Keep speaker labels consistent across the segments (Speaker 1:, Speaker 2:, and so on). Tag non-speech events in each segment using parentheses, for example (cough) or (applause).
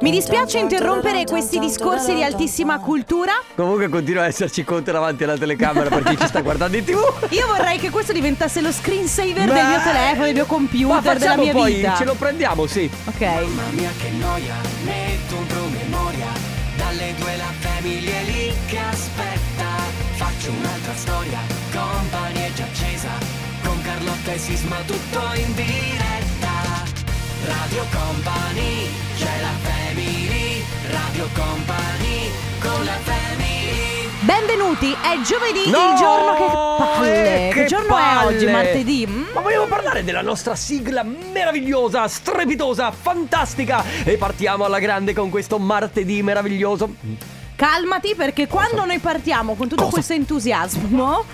Speaker 1: Mi dispiace interrompere questi discorsi di altissima cultura.
Speaker 2: Comunque continua a esserci Conte davanti alla telecamera per chi ci sta guardando in tv.
Speaker 1: Io vorrei che questo diventasse lo screensaver
Speaker 2: Ma-
Speaker 1: del mio telefono, del mio
Speaker 2: Ma
Speaker 1: computer, della
Speaker 2: facciamo
Speaker 1: mia
Speaker 2: poi,
Speaker 1: vita.
Speaker 2: ce lo prendiamo, sì.
Speaker 1: Ok. Benvenuti, è giovedì,
Speaker 2: No,
Speaker 1: il giorno che palle.
Speaker 2: eh,
Speaker 1: che, giorno
Speaker 2: palle.
Speaker 1: è oggi? Martedì? Mm?
Speaker 2: Ma vogliamo parlare della nostra sigla meravigliosa, strepitosa, fantastica. E partiamo alla grande con questo martedì meraviglioso.
Speaker 1: Calmati perché quando noi partiamo con tutto
Speaker 2: Cosa?
Speaker 1: questo
Speaker 2: (laughs)
Speaker 1: entusiasmo,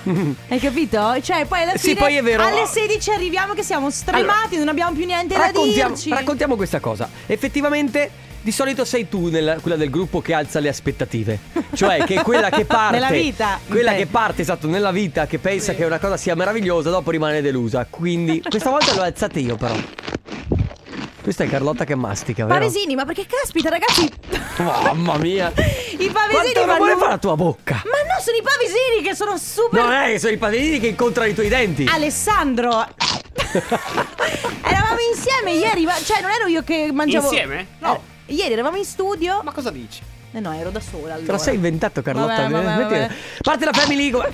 Speaker 1: hai capito? Cioè poi alla fine
Speaker 2: Sì, poi è vero.
Speaker 1: alle 16 arriviamo che siamo stremati, non abbiamo più niente da
Speaker 2: Raccontiamo,
Speaker 1: dirci.
Speaker 2: raccontiamo questa cosa. Effettivamente. Di solito sei tu nel- quella del gruppo che alza le aspettative. Cioè che
Speaker 1: (laughs)
Speaker 2: quella che parte
Speaker 1: Nella vita.
Speaker 2: Quella
Speaker 1: Ok.
Speaker 2: che parte, esatto, nella vita, che pensa che una cosa sia meravigliosa, dopo rimane delusa.
Speaker 1: (laughs)
Speaker 2: Quindi questa volta l'ho alzata io però. Questa è Carlotta che mastica, vero?
Speaker 1: Pavesini, ma perché caspita ragazzi? (laughs)
Speaker 2: Mamma mia.
Speaker 1: I pavesini
Speaker 2: Quanto
Speaker 1: fanno...
Speaker 2: rumore fa la tua bocca?
Speaker 1: Ma no, sono i pavesini che sono super...
Speaker 2: Non è che sono i padrini che incontrano i tuoi denti. (laughs)
Speaker 1: Alessandro! eravamo insieme ieri, ma- cioè non ero io che mangiavo...
Speaker 3: Insieme?
Speaker 1: No. Ieri eravamo in studio.
Speaker 3: Ma cosa dici?
Speaker 1: Eh no, ero da sola allora.
Speaker 2: Te lo sei inventato Carlotta
Speaker 1: Vabbè, vabbè,
Speaker 2: Metti-
Speaker 1: vabbè.
Speaker 2: Parte la
Speaker 1: (laughs)
Speaker 2: family co-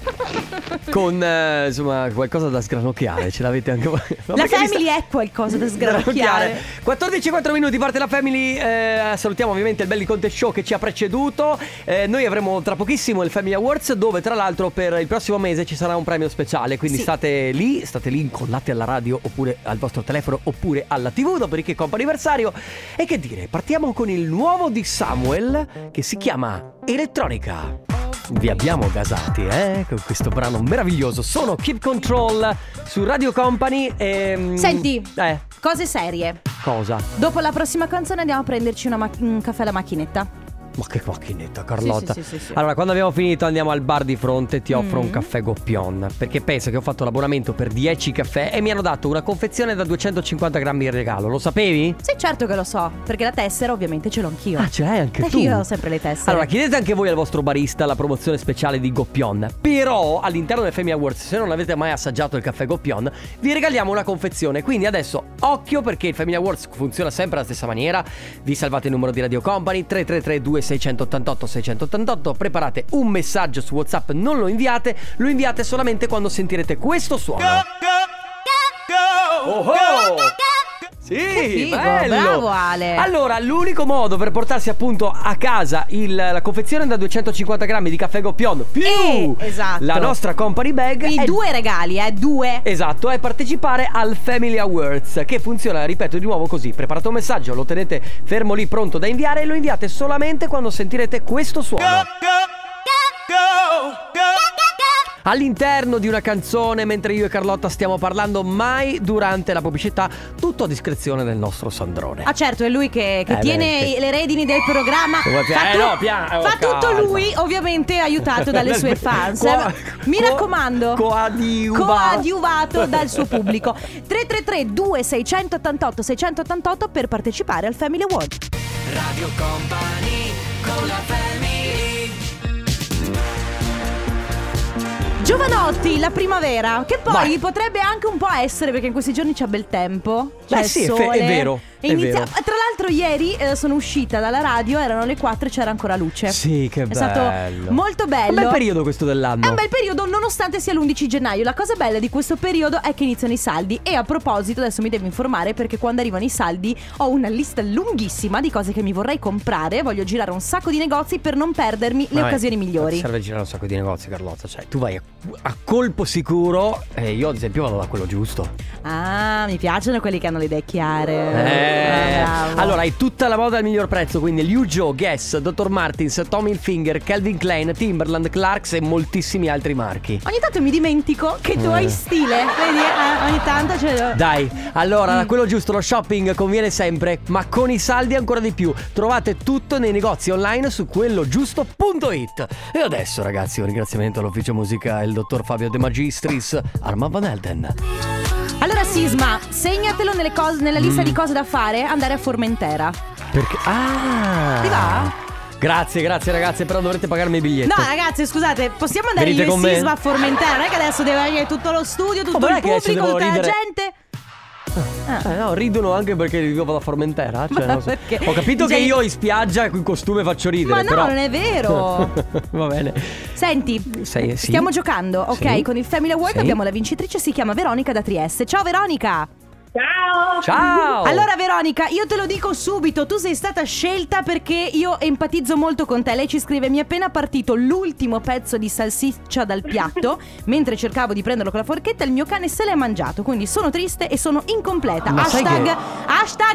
Speaker 2: Con eh, insomma qualcosa da sgranocchiare Ce l'avete anche voi No,
Speaker 1: La
Speaker 2: perché mi sta-
Speaker 1: family è qualcosa
Speaker 2: (laughs)
Speaker 1: da sgranocchiare.
Speaker 2: 14 e 4 minuti parte la family eh, Salutiamo ovviamente il Belli Conte Show che ci ha preceduto Eh, Noi avremo tra pochissimo il Family Awards Dove tra l'altro per il prossimo mese ci sarà un premio speciale Quindi
Speaker 1: Sì.
Speaker 2: state lì, state lì incollate alla radio Oppure al vostro telefono oppure alla tv Dopodiché compa anniversario E che dire, partiamo con il nuovo di Samuel Che si chiama Elettronica vi abbiamo gasati, eh? Con questo brano meraviglioso. Sono Keep Control su Radio Company. E,
Speaker 1: Senti.
Speaker 2: Eh,
Speaker 1: Cose serie.
Speaker 2: cosa?
Speaker 1: Dopo la prossima canzone andiamo a prenderci una ma- un caffè alla macchinetta.
Speaker 2: Ma che macchinetta, Carlotta.
Speaker 1: Sì, sì, sì, sì, sì.
Speaker 2: Allora, quando abbiamo finito, andiamo al bar di fronte e ti offro
Speaker 1: Mm.
Speaker 2: un caffè Goppion. Perché penso che ho fatto l'abbonamento per 10 caffè e mi hanno dato una confezione da 250 grammi in regalo. Lo sapevi?
Speaker 1: Sì, certo che lo so, perché la tessera ovviamente ce l'ho anch'io.
Speaker 2: Ah, ce l'hai anche
Speaker 1: Eh,
Speaker 2: tu.
Speaker 1: Io ho sempre le tessere.
Speaker 2: Allora, chiedete anche voi al vostro barista la promozione speciale di Goppion. Però, all'interno del Femi Awards, se non avete mai assaggiato il caffè Goppion, vi regaliamo una confezione. Quindi adesso occhio perché il Family Awards funziona sempre alla stessa maniera. Vi salvate il numero di Radio Company 3332 688 688, preparate un messaggio su WhatsApp, non lo inviate, lo inviate solamente quando sentirete questo suono. Oh, oh! Sì,
Speaker 1: figo,
Speaker 2: bello.
Speaker 1: bravo Ale.
Speaker 2: Allora, l'unico modo per portarsi appunto a casa il- la confezione da 250 grammi di caffè Goppion più
Speaker 1: Eh, esatto.
Speaker 2: la nostra company bag
Speaker 1: I
Speaker 2: è-
Speaker 1: due regali, eh, due.
Speaker 2: Esatto, è partecipare al Family Awards che funziona, ripeto di nuovo così, preparate un messaggio, lo tenete fermo lì pronto da inviare e lo inviate solamente quando sentirete questo suono. All'interno di una canzone, mentre io e Carlotta stiamo parlando, mai durante la pubblicità, tutto a discrezione del nostro Sandrone.
Speaker 1: Ah certo, è lui che, che
Speaker 2: Eh,
Speaker 1: tiene
Speaker 2: beh, sì.
Speaker 1: le redini del programma.
Speaker 2: Eh,
Speaker 1: Fa,
Speaker 2: no, piano, oh,
Speaker 1: fa tutto
Speaker 2: calma.
Speaker 1: lui, ovviamente aiutato dalle
Speaker 2: (laughs)
Speaker 1: sue fans.
Speaker 2: Qua-
Speaker 1: Mi
Speaker 2: co-
Speaker 1: raccomando.
Speaker 2: coadiuva- (laughs)
Speaker 1: Coadiuvato dal suo pubblico. 333 2688 688 per partecipare al Family Award. Giovanotti, la primavera, che poi
Speaker 2: Vai.
Speaker 1: potrebbe anche un po' essere perché in questi giorni c'è bel tempo. C'è
Speaker 2: Beh, sì, è fe-
Speaker 1: sole.
Speaker 2: è vero,
Speaker 1: E
Speaker 2: è
Speaker 1: inizia-
Speaker 2: vero.
Speaker 1: Tra l'altro, ieri eh, sono uscita dalla radio, erano le 4 e c'era ancora luce.
Speaker 2: Sì, che bello.
Speaker 1: È stato molto bello.
Speaker 2: È un bel periodo questo dell'anno.
Speaker 1: È un bel periodo nonostante sia l'11 gennaio. La cosa bella di questo periodo è che iniziano i saldi. E a proposito, adesso mi devo informare perché quando arrivano i saldi ho una lista lunghissima di cose che mi vorrei comprare. Voglio girare un sacco di negozi per non perdermi le
Speaker 2: Vabbè,
Speaker 1: occasioni migliori.
Speaker 2: Ti serve girare un sacco di negozi, Carlotta. Cioè, tu vai a, a colpo sicuro e io, ad esempio, vado da quello giusto.
Speaker 1: Ah, mi piacciono quelli che hanno le idee chiare.
Speaker 2: Eh,
Speaker 1: Ah, bravo.
Speaker 2: allora, hai tutta la moda al miglior prezzo, quindi Liu Jo, Guess, Dr. Martins, Tommy Hilfiger, Calvin Klein, Timberland, Clarks e moltissimi altri marchi.
Speaker 1: Ogni tanto mi dimentico che tu
Speaker 2: Mm.
Speaker 1: hai stile. Vedi, eh, ogni tanto ce l'ho.
Speaker 2: Dai, allora,
Speaker 1: Mm.
Speaker 2: da quello giusto, lo shopping conviene sempre, ma con i saldi ancora di più. Trovate tutto nei negozi online su quellogiusto.it. E adesso, ragazzi, un ringraziamento all'ufficio musicale, il dottor Fabio De Magistris, Arman Van Elden. Mm.
Speaker 1: Allora, Sisma, segnatelo nelle cose- nella lista di cose da fare, andare a Formentera.
Speaker 2: Perché? Ah!
Speaker 1: Ti va?
Speaker 2: Grazie, grazie ragazze, però dovrete pagarmi il biglietto.
Speaker 1: No, ragazzi, scusate, possiamo andare
Speaker 2: Venite
Speaker 1: io
Speaker 2: con
Speaker 1: e
Speaker 2: me? Oh,
Speaker 1: Sisma a Formentera? Non è che adesso deve venire tutto lo studio, tutto
Speaker 2: ma non
Speaker 1: il
Speaker 2: è che adesso
Speaker 1: pubblico,
Speaker 2: devo
Speaker 1: tutta la
Speaker 2: ridere.
Speaker 1: gente.
Speaker 2: Eh, no, ridono anche perché io vado a Formentera. Cioè,
Speaker 1: Ma
Speaker 2: non so.
Speaker 1: perché?
Speaker 2: Ho capito
Speaker 1: Cioè-
Speaker 2: che io in spiaggia con costume faccio ridere.
Speaker 1: Ma no,
Speaker 2: però-
Speaker 1: non è vero.
Speaker 2: (laughs) Va bene.
Speaker 1: Senti,
Speaker 2: Sei- sì.
Speaker 1: stiamo giocando, ok?
Speaker 2: Sì.
Speaker 1: Con il Family Award
Speaker 2: Sì.
Speaker 1: abbiamo la vincitrice, si chiama Veronica da Trieste. Ciao Veronica!
Speaker 3: Ciao!
Speaker 2: Ciao!
Speaker 1: Allora Veronica, io te lo dico subito, tu sei stata scelta perché io empatizzo molto con te. Lei ci scrive, mi è appena partito l'ultimo pezzo di salsiccia dal
Speaker 2: (laughs)
Speaker 1: piatto, mentre cercavo di prenderlo con la forchetta il mio cane se l'è mangiato, quindi sono triste e sono incompleta.
Speaker 2: Ma sai
Speaker 1: hashtag,
Speaker 2: che- Eh.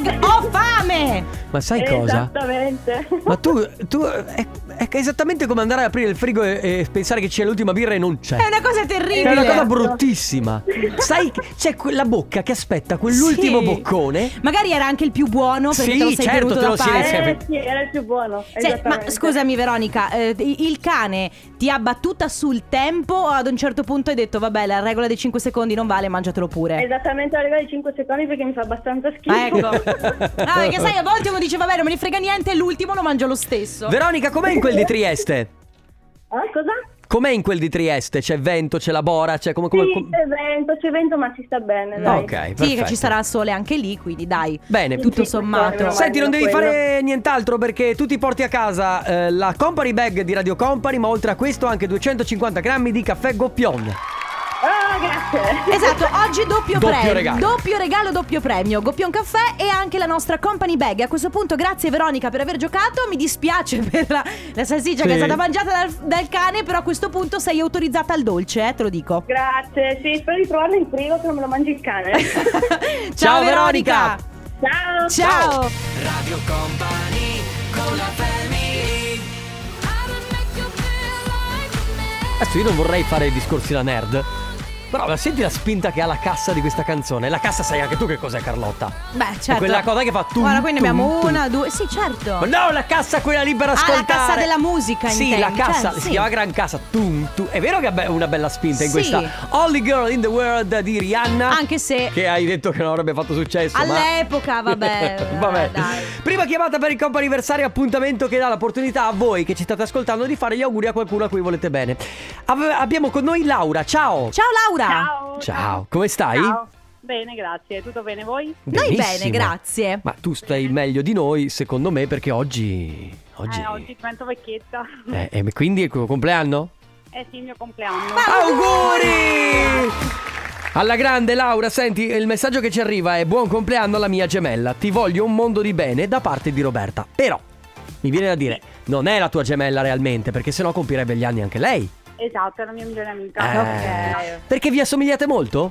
Speaker 1: hashtag ho fame!
Speaker 2: Ma sai cosa?
Speaker 3: Esattamente.
Speaker 2: Ma tu, tu è, è esattamente come andare ad aprire il frigo e, e pensare che c'è l'ultima birra e non
Speaker 3: Eh,
Speaker 2: c'è.
Speaker 1: È una cosa terribile!
Speaker 2: È una
Speaker 3: certo.
Speaker 2: cosa bruttissima. Sai, c'è quella bocca che aspetta quell'ultimo
Speaker 1: Sì.
Speaker 2: boccone.
Speaker 1: Magari era anche il più buono perché
Speaker 2: Sì,
Speaker 1: te lo sei
Speaker 2: certo,
Speaker 1: bevuto
Speaker 2: te
Speaker 1: da
Speaker 2: lo si
Speaker 1: parte.
Speaker 2: Eh, sì,
Speaker 3: Eh
Speaker 2: per-
Speaker 3: sì, era il più buono.
Speaker 1: Se- ma
Speaker 3: esattamente.
Speaker 1: scusami Veronica, eh, i- il cane ti ha battuta sul tempo o ad un certo punto hai detto vabbè la regola dei 5 secondi non vale, mangiatelo
Speaker 2: Eh,
Speaker 1: pure?
Speaker 3: Esattamente la regola di 5 secondi perché mi fa abbastanza schifo.
Speaker 1: Ah, Ecco. Ah, perché sai, a volte uno dice vabbè non me ne frega niente, l'ultimo lo mangio lo stesso.
Speaker 2: Veronica, com'è in quel di Trieste?
Speaker 3: (laughs) Ah, cosa?
Speaker 2: Com'è in quel di Trieste? C'è vento, c'è la bora, c'è come... come
Speaker 3: Sì,
Speaker 2: com-
Speaker 3: c'è vento, c'è vento, ma si sta bene, dai.
Speaker 2: Ok, perfetto.
Speaker 1: sì, che ci sarà sole anche lì, quindi dai.
Speaker 2: Bene.
Speaker 1: Tutto
Speaker 3: Sì,
Speaker 1: sommato.
Speaker 3: sì,
Speaker 2: Senti, non devi
Speaker 3: quello.
Speaker 2: fare nient'altro perché tu ti porti a casa eh, la Company Bag di Radio Company, ma oltre a questo anche 250 grammi di caffè Goppion.
Speaker 3: Ah, grazie. (laughs)
Speaker 1: Esatto, oggi doppio,
Speaker 2: Doppio
Speaker 1: premio.
Speaker 2: regalo.
Speaker 1: Doppio regalo, doppio premio. Goppion caffè e anche la nostra company bag. A questo punto, grazie Veronica per aver giocato. Mi dispiace (laughs) per la, la salsiccia
Speaker 2: Sì.
Speaker 1: che è stata mangiata dal, dal cane, però a questo punto sei autorizzata al dolce, eh, te lo dico. (laughs)
Speaker 3: Grazie, sì, spero di trovarlo in frigo che non me lo mangi
Speaker 2: (laughs)
Speaker 3: il cane.
Speaker 1: Ciao,
Speaker 2: Ciao, Veronica.
Speaker 3: Ciao!
Speaker 1: Ciao.
Speaker 2: Adesso io non vorrei fare discorsi da nerd, però ma senti la spinta che ha la cassa di questa canzone. La cassa sai anche tu che cos'è Carlotta.
Speaker 1: Beh, certo.
Speaker 2: È quella cosa che fa tu.
Speaker 1: Guarda, quindi abbiamo una, due. Sì, certo.
Speaker 2: Ma no, la cassa quella lì per
Speaker 1: Ah, la
Speaker 2: ascoltare.
Speaker 1: cassa della musica,
Speaker 2: Sì,
Speaker 1: intendi,
Speaker 2: la cassa,
Speaker 1: cioè, sì.
Speaker 2: si chiama Gran Cassa. Tum, tum. È vero che ha una bella spinta in
Speaker 1: Sì.
Speaker 2: questa Only Girl in the World di Rihanna.
Speaker 1: Anche se-
Speaker 2: Che hai detto che non avrebbe fatto successo. ma- (laughs)
Speaker 1: All'epoca, vabbè,
Speaker 2: vabbè.
Speaker 1: eh, dai.
Speaker 2: Prima chiamata per il compo anniversario, appuntamento che dà l'opportunità a voi che ci state ascoltando di fare gli auguri a qualcuno a cui volete bene. Ave- abbiamo con noi Laura, ciao.
Speaker 1: Ciao Laura.
Speaker 3: Ciao!
Speaker 2: Ciao, come stai?
Speaker 3: Ciao. Bene, grazie. Tutto bene voi?
Speaker 1: Noi bene,
Speaker 2: Benissimo.
Speaker 1: grazie.
Speaker 2: Ma tu stai meglio di noi, secondo me, perché oggi. Oggi.
Speaker 3: Eh, oggi divento vecchietta. (laughs)
Speaker 2: Eh, e quindi è il tuo compleanno?
Speaker 3: È sì, il mio compleanno.
Speaker 2: Ah. Auguri! Alla grande Laura, senti, il messaggio che ci arriva è buon compleanno alla mia gemella, ti voglio un mondo di bene da parte di Roberta. Però, mi viene da dire, non è la tua gemella realmente, perché sennò compirebbe gli anni anche lei.
Speaker 3: Esatto, è la mia migliore amica.
Speaker 1: Ah,
Speaker 2: Eh, Perché vi
Speaker 1: (laughs)
Speaker 2: assomigliate molto?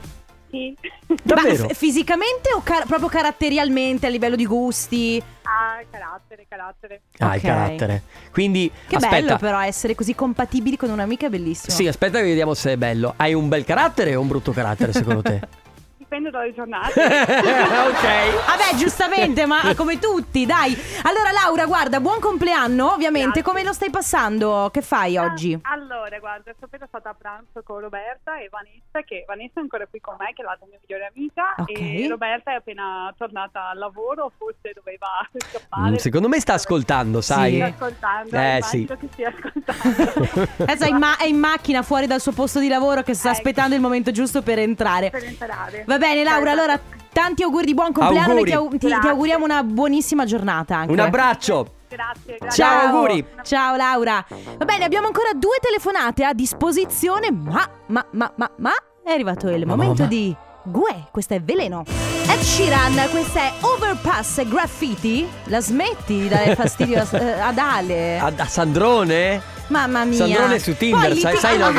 Speaker 3: Sì. (laughs)
Speaker 2: Davvero?
Speaker 1: Ma f- fisicamente o car- proprio caratterialmente a livello di gusti?
Speaker 3: Ah, carattere, carattere.
Speaker 2: Ah, il
Speaker 1: ok.
Speaker 2: carattere. Quindi,
Speaker 1: Che
Speaker 2: aspetta.
Speaker 1: bello però essere così compatibili con un'amica è bellissimo.
Speaker 2: Sì, aspetta che vediamo se è bello. Hai un bel carattere o un brutto carattere secondo
Speaker 1: (laughs)
Speaker 2: te?
Speaker 3: Dipende dalle giornate.
Speaker 2: (laughs) ok.
Speaker 1: Vabbè, giustamente,
Speaker 2: (laughs)
Speaker 1: ma come tutti, dai. Allora Laura, guarda, buon compleanno, ovviamente.
Speaker 3: Grazie.
Speaker 1: Come lo stai passando? Che fai oggi?
Speaker 3: Ah, Allora, guarda, stasera sono stata a pranzo con Roberta e Vanessa, che Vanessa è ancora qui con me, che è la mia migliore amica.
Speaker 1: Ok.
Speaker 3: E Roberta è appena tornata al lavoro, forse doveva
Speaker 2: Mm,
Speaker 3: scappare.
Speaker 2: secondo me sta ascoltando, sai?
Speaker 1: Sì.
Speaker 3: Sta ascoltando,
Speaker 2: Eh,
Speaker 3: immagino
Speaker 2: sì.
Speaker 3: che stia
Speaker 1: Adesso è
Speaker 3: ascoltando.
Speaker 1: Eh, in,
Speaker 2: (laughs)
Speaker 1: ma- è in macchina fuori dal suo posto di lavoro che sta
Speaker 3: Ecco.
Speaker 1: aspettando il momento giusto per entrare.
Speaker 3: per imparare.
Speaker 1: Va bene Laura,
Speaker 3: Esatto.
Speaker 1: allora tanti auguri di buon compleanno
Speaker 2: Auguri.
Speaker 1: e ti, au- ti- ti
Speaker 3: Grazie.
Speaker 1: auguriamo una buonissima giornata anche.
Speaker 2: Un abbraccio.
Speaker 3: Grazie, grazie.
Speaker 2: Ciao, auguri.
Speaker 1: Ciao Laura. Va bene, abbiamo ancora due telefonate a disposizione, ma, ma, ma, ma, ma è arrivato il
Speaker 2: Ma,
Speaker 1: momento
Speaker 2: ma, ma.
Speaker 1: di Gue, questo è veleno. Ed Sheeran, questa è Overpass Graffiti. La smetti di
Speaker 2: (laughs)
Speaker 1: dare fastidio a- eh, ad Ale?
Speaker 2: A, a Sandrone?
Speaker 1: Mamma mia.
Speaker 2: Sandrone su Tinder,
Speaker 1: Poi
Speaker 2: sai-
Speaker 1: liti-
Speaker 2: sai, no,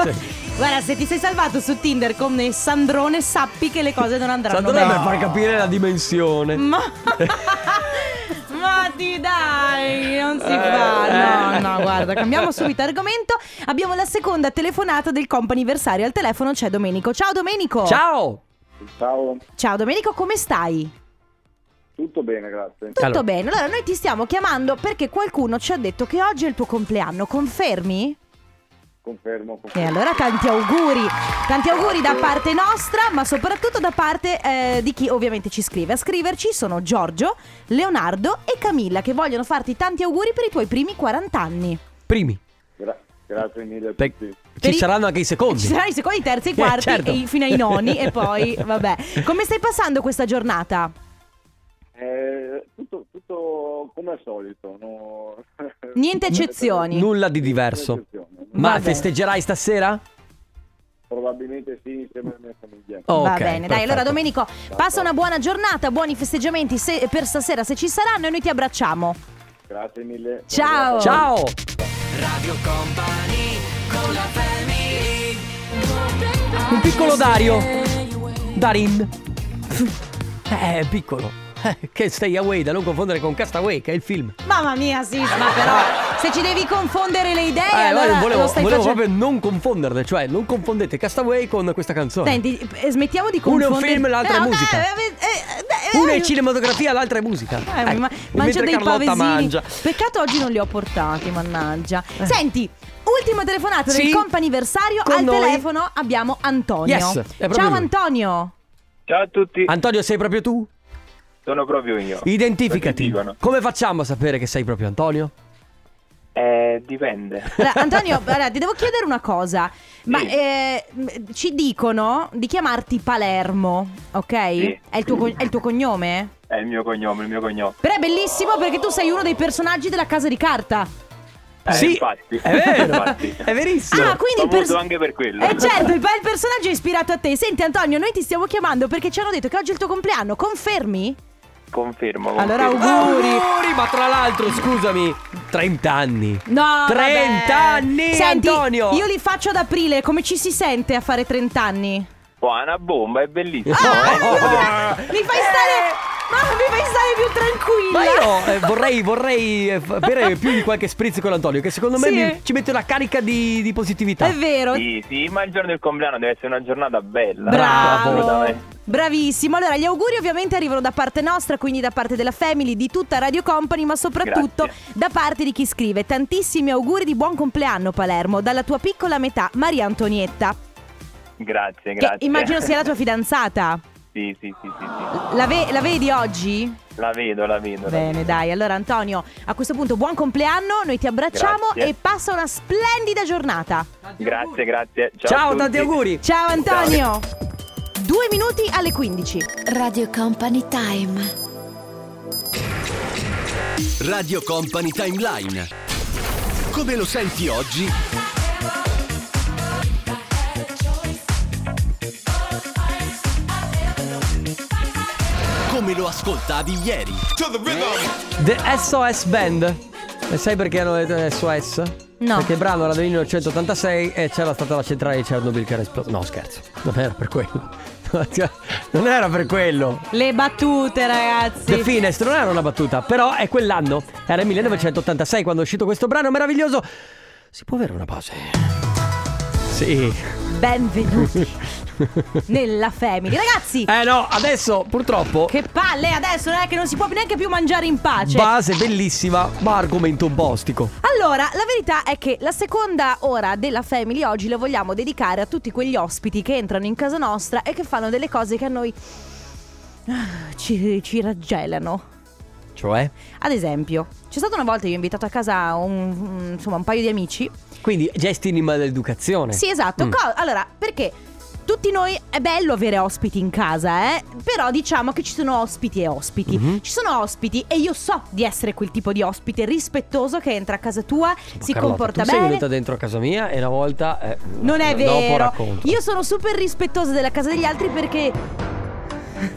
Speaker 2: che-
Speaker 1: (laughs) Guarda, se ti sei salvato su Tinder come Sandrone, sappi che le cose non andranno
Speaker 2: Sandrone
Speaker 1: bene. Mm.
Speaker 2: per far capire la dimensione.
Speaker 1: Ma...
Speaker 2: (laughs)
Speaker 1: Ma ti dai, non si
Speaker 2: Eh,
Speaker 1: fa.
Speaker 2: eh.
Speaker 1: No, no, guarda, cambiamo subito argomento. Abbiamo la seconda telefonata del comp'anniversario. Al telefono c'è Domenico. Ciao Domenico.
Speaker 2: Ciao!
Speaker 4: Ciao,
Speaker 1: Ciao Domenico, come stai?
Speaker 4: tutto bene, grazie.
Speaker 1: Tutto
Speaker 2: Allora.
Speaker 1: bene. Allora, noi ti stiamo chiamando perché qualcuno ci ha detto che oggi è il tuo compleanno. Confermi?
Speaker 4: Confermo.
Speaker 1: E
Speaker 4: confermo.
Speaker 1: allora tanti auguri, tanti auguri da parte nostra, ma soprattutto da parte eh, di chi ovviamente ci scrive. A scriverci sono Giorgio, Leonardo e Camilla che vogliono farti tanti auguri per i tuoi primi 40 anni.
Speaker 2: Primi.
Speaker 4: Gra- grazie mille a
Speaker 2: Pe-
Speaker 4: tutti.
Speaker 2: Ci
Speaker 1: i-
Speaker 2: saranno anche i secondi.
Speaker 1: Ci saranno i secondi, i terzi, i
Speaker 2: Eh,
Speaker 1: quarti
Speaker 2: certo.
Speaker 1: e i- fino ai noni
Speaker 2: (laughs)
Speaker 1: e poi vabbè. Come stai passando questa giornata?
Speaker 4: Eh, tutto, tutto come al solito. no-
Speaker 1: (laughs) Niente eccezioni.
Speaker 2: Nulla di diverso.
Speaker 4: Niente eccezioni.
Speaker 2: Ma
Speaker 1: Vabbè.
Speaker 2: festeggerai stasera?
Speaker 4: Probabilmente sì, insieme alla mia famiglia.
Speaker 2: Ok,
Speaker 1: Va bene, dai,
Speaker 2: perfetto.
Speaker 1: allora Domenico, passa una buona giornata, buoni festeggiamenti se- per stasera se ci saranno e noi ti abbracciamo.
Speaker 4: Grazie mille.
Speaker 1: Ciao.
Speaker 2: Ciao! Un piccolo Dario. Darin.
Speaker 1: (laughs)
Speaker 2: Eh, è piccolo. Eh, Che stay away, da non confondere con Castaway, che è il film.
Speaker 1: Mamma mia, sì, ma però se ci devi confondere le idee,
Speaker 2: Eh, ma
Speaker 1: allora
Speaker 2: io volevo,
Speaker 1: lo stai
Speaker 2: volevo
Speaker 1: facendo.
Speaker 2: proprio non confonderle, cioè non confondete Castaway con questa canzone.
Speaker 1: Senti, eh, smettiamo di
Speaker 2: Uno è un
Speaker 1: confondere.
Speaker 2: film, l'altro è
Speaker 1: No, dai,
Speaker 2: musica.
Speaker 1: eh, eh, eh,
Speaker 2: Una è
Speaker 1: eh,
Speaker 2: cinematografia, l'altra è musica.
Speaker 1: eh,
Speaker 2: Ecco.
Speaker 1: ma- mangio
Speaker 2: Mentre
Speaker 1: dei
Speaker 2: Carlotta
Speaker 1: pavesini.
Speaker 2: mangia. Eh.
Speaker 1: Peccato oggi non li ho portati, mannaggia. Senti, ultima telefonata
Speaker 2: Sì.
Speaker 1: del comp'anniversario.
Speaker 2: Con
Speaker 1: Al
Speaker 2: noi.
Speaker 1: telefono abbiamo Antonio.
Speaker 2: Yes, è proprio
Speaker 1: Ciao
Speaker 2: lui.
Speaker 1: Antonio.
Speaker 5: Ciao a tutti,
Speaker 2: Antonio, sei proprio tu?
Speaker 5: sono proprio io. Lo
Speaker 2: Identificati.
Speaker 5: dicono.
Speaker 2: Come facciamo a sapere che sei proprio Antonio?
Speaker 5: Eh, dipende.
Speaker 1: Allora,
Speaker 2: (laughs)
Speaker 1: Antonio, allora, ti devo chiedere una cosa. Ma
Speaker 5: Sì.
Speaker 1: eh, m- ci dicono di chiamarti Palermo, ok?
Speaker 5: Sì.
Speaker 1: È, il tuo, co- è il tuo cognome?
Speaker 5: È il mio cognome, il mio cognome.
Speaker 1: Però è bellissimo perché tu sei uno dei personaggi della casa di carta.
Speaker 5: Eh,
Speaker 2: sì,
Speaker 5: infatti.
Speaker 2: è vero,
Speaker 5: (laughs) Infatti.
Speaker 2: è verissimo.
Speaker 1: Ah, quindi
Speaker 5: L'ho
Speaker 1: il pers-
Speaker 5: voluto anche per quello.
Speaker 1: Eh, certo, il, il personaggio è ispirato a te. Senti Antonio, noi ti stiamo chiamando perché ci hanno detto che oggi è il tuo compleanno, confermi?
Speaker 5: Confermo. confermo.
Speaker 1: Allora,
Speaker 2: Ah, Auguri.
Speaker 1: Auguri.
Speaker 2: ma tra l'altro, scusami, 30 anni.
Speaker 1: No,
Speaker 2: 30 anni,
Speaker 1: Senti,
Speaker 2: Antonio.
Speaker 1: Io li faccio ad aprile, come ci si sente a fare 30 anni?
Speaker 5: Qua è una bomba, è bellissimo.
Speaker 1: Ah,
Speaker 5: eh.
Speaker 2: (laughs)
Speaker 5: (laughs)
Speaker 1: allora, mi fai stare Ma mi fai stare più tranquilla.
Speaker 2: Eh. Ma io eh, vorrei, vorrei eh, f- bere più di qualche spritz con Antonio, che secondo me
Speaker 1: Sì.
Speaker 2: mi- ci mette una carica di, di positività.
Speaker 1: È vero.
Speaker 5: Sì, sì, ma il giorno del compleanno deve essere una giornata bella.
Speaker 1: Bravo,
Speaker 5: Assolutamente.
Speaker 1: bravissimo. Allora, gli auguri ovviamente arrivano da parte nostra, quindi da parte della family, di tutta Radio Company, ma soprattutto
Speaker 5: Grazie.
Speaker 1: da parte di chi scrive. Tantissimi auguri di buon compleanno, Palermo, dalla tua piccola metà, Maria Antonietta.
Speaker 5: Grazie, grazie.
Speaker 1: Che immagino sia la tua fidanzata.
Speaker 5: Sì, sì, sì, sì, sì.
Speaker 1: La, ve- la vedi oggi?
Speaker 5: La vedo, la vedo. la
Speaker 1: Bene,
Speaker 5: vedo.
Speaker 1: dai. Allora, Antonio, a questo punto, buon compleanno. Noi ti abbracciamo
Speaker 5: Grazie.
Speaker 1: e passa una splendida giornata.
Speaker 5: Grazie, grazie. Ciao, a
Speaker 2: Ciao,
Speaker 5: tutti.
Speaker 2: tanti auguri.
Speaker 1: Ciao, Antonio. Due minuti alle 15.
Speaker 6: Radio Company Time.
Speaker 7: Radio Company Timeline. Come lo senti oggi? Come lo ascoltavi ieri?
Speaker 2: The SOS Band. E sai perché hanno detto SOS?
Speaker 1: No.
Speaker 2: Perché il brano era del 1986 e c'era stata la centrale di Chernobyl che era esplosa. No, scherzo. Non era per quello. (laughs) Non era per quello.
Speaker 1: Le battute, ragazzi.
Speaker 2: The Finest non era una battuta, però è quell'anno. Era il 1986 quando è uscito questo brano meraviglioso. Si può avere una pausa? Sì.
Speaker 1: Benvenuti nella family. Ragazzi,
Speaker 2: Eh no, adesso purtroppo
Speaker 1: che palle adesso, non è che non si può neanche più mangiare in pace.
Speaker 2: base bellissima, ma argomento un po' ostico.
Speaker 1: allora, la verità è che la seconda ora della family oggi la vogliamo dedicare a tutti quegli ospiti che entrano in casa nostra e che fanno delle cose che a noi (sighs) ah, ci, ci raggelano.
Speaker 2: Cioè?
Speaker 1: Ad esempio, c'è stata una volta che io ho invitato a casa un- un- insomma, un paio di amici
Speaker 2: Quindi gesti in maleducazione.
Speaker 1: Sì, esatto.
Speaker 2: Mm.
Speaker 1: Co- allora, perché tutti noi è bello avere ospiti in casa, eh? Però diciamo che ci sono ospiti e ospiti.
Speaker 2: Mhm.
Speaker 1: Ci sono ospiti e io so di essere quel tipo di ospite rispettoso che entra a casa tua, si
Speaker 2: Carlotta,
Speaker 1: comporta
Speaker 2: tu sei
Speaker 1: bene.
Speaker 2: venuta dentro a casa mia e una volta eh,
Speaker 1: Non è
Speaker 2: dopo
Speaker 1: vero.
Speaker 2: racconto.
Speaker 1: Io sono super rispettosa della casa degli altri perché
Speaker 2: (laughs)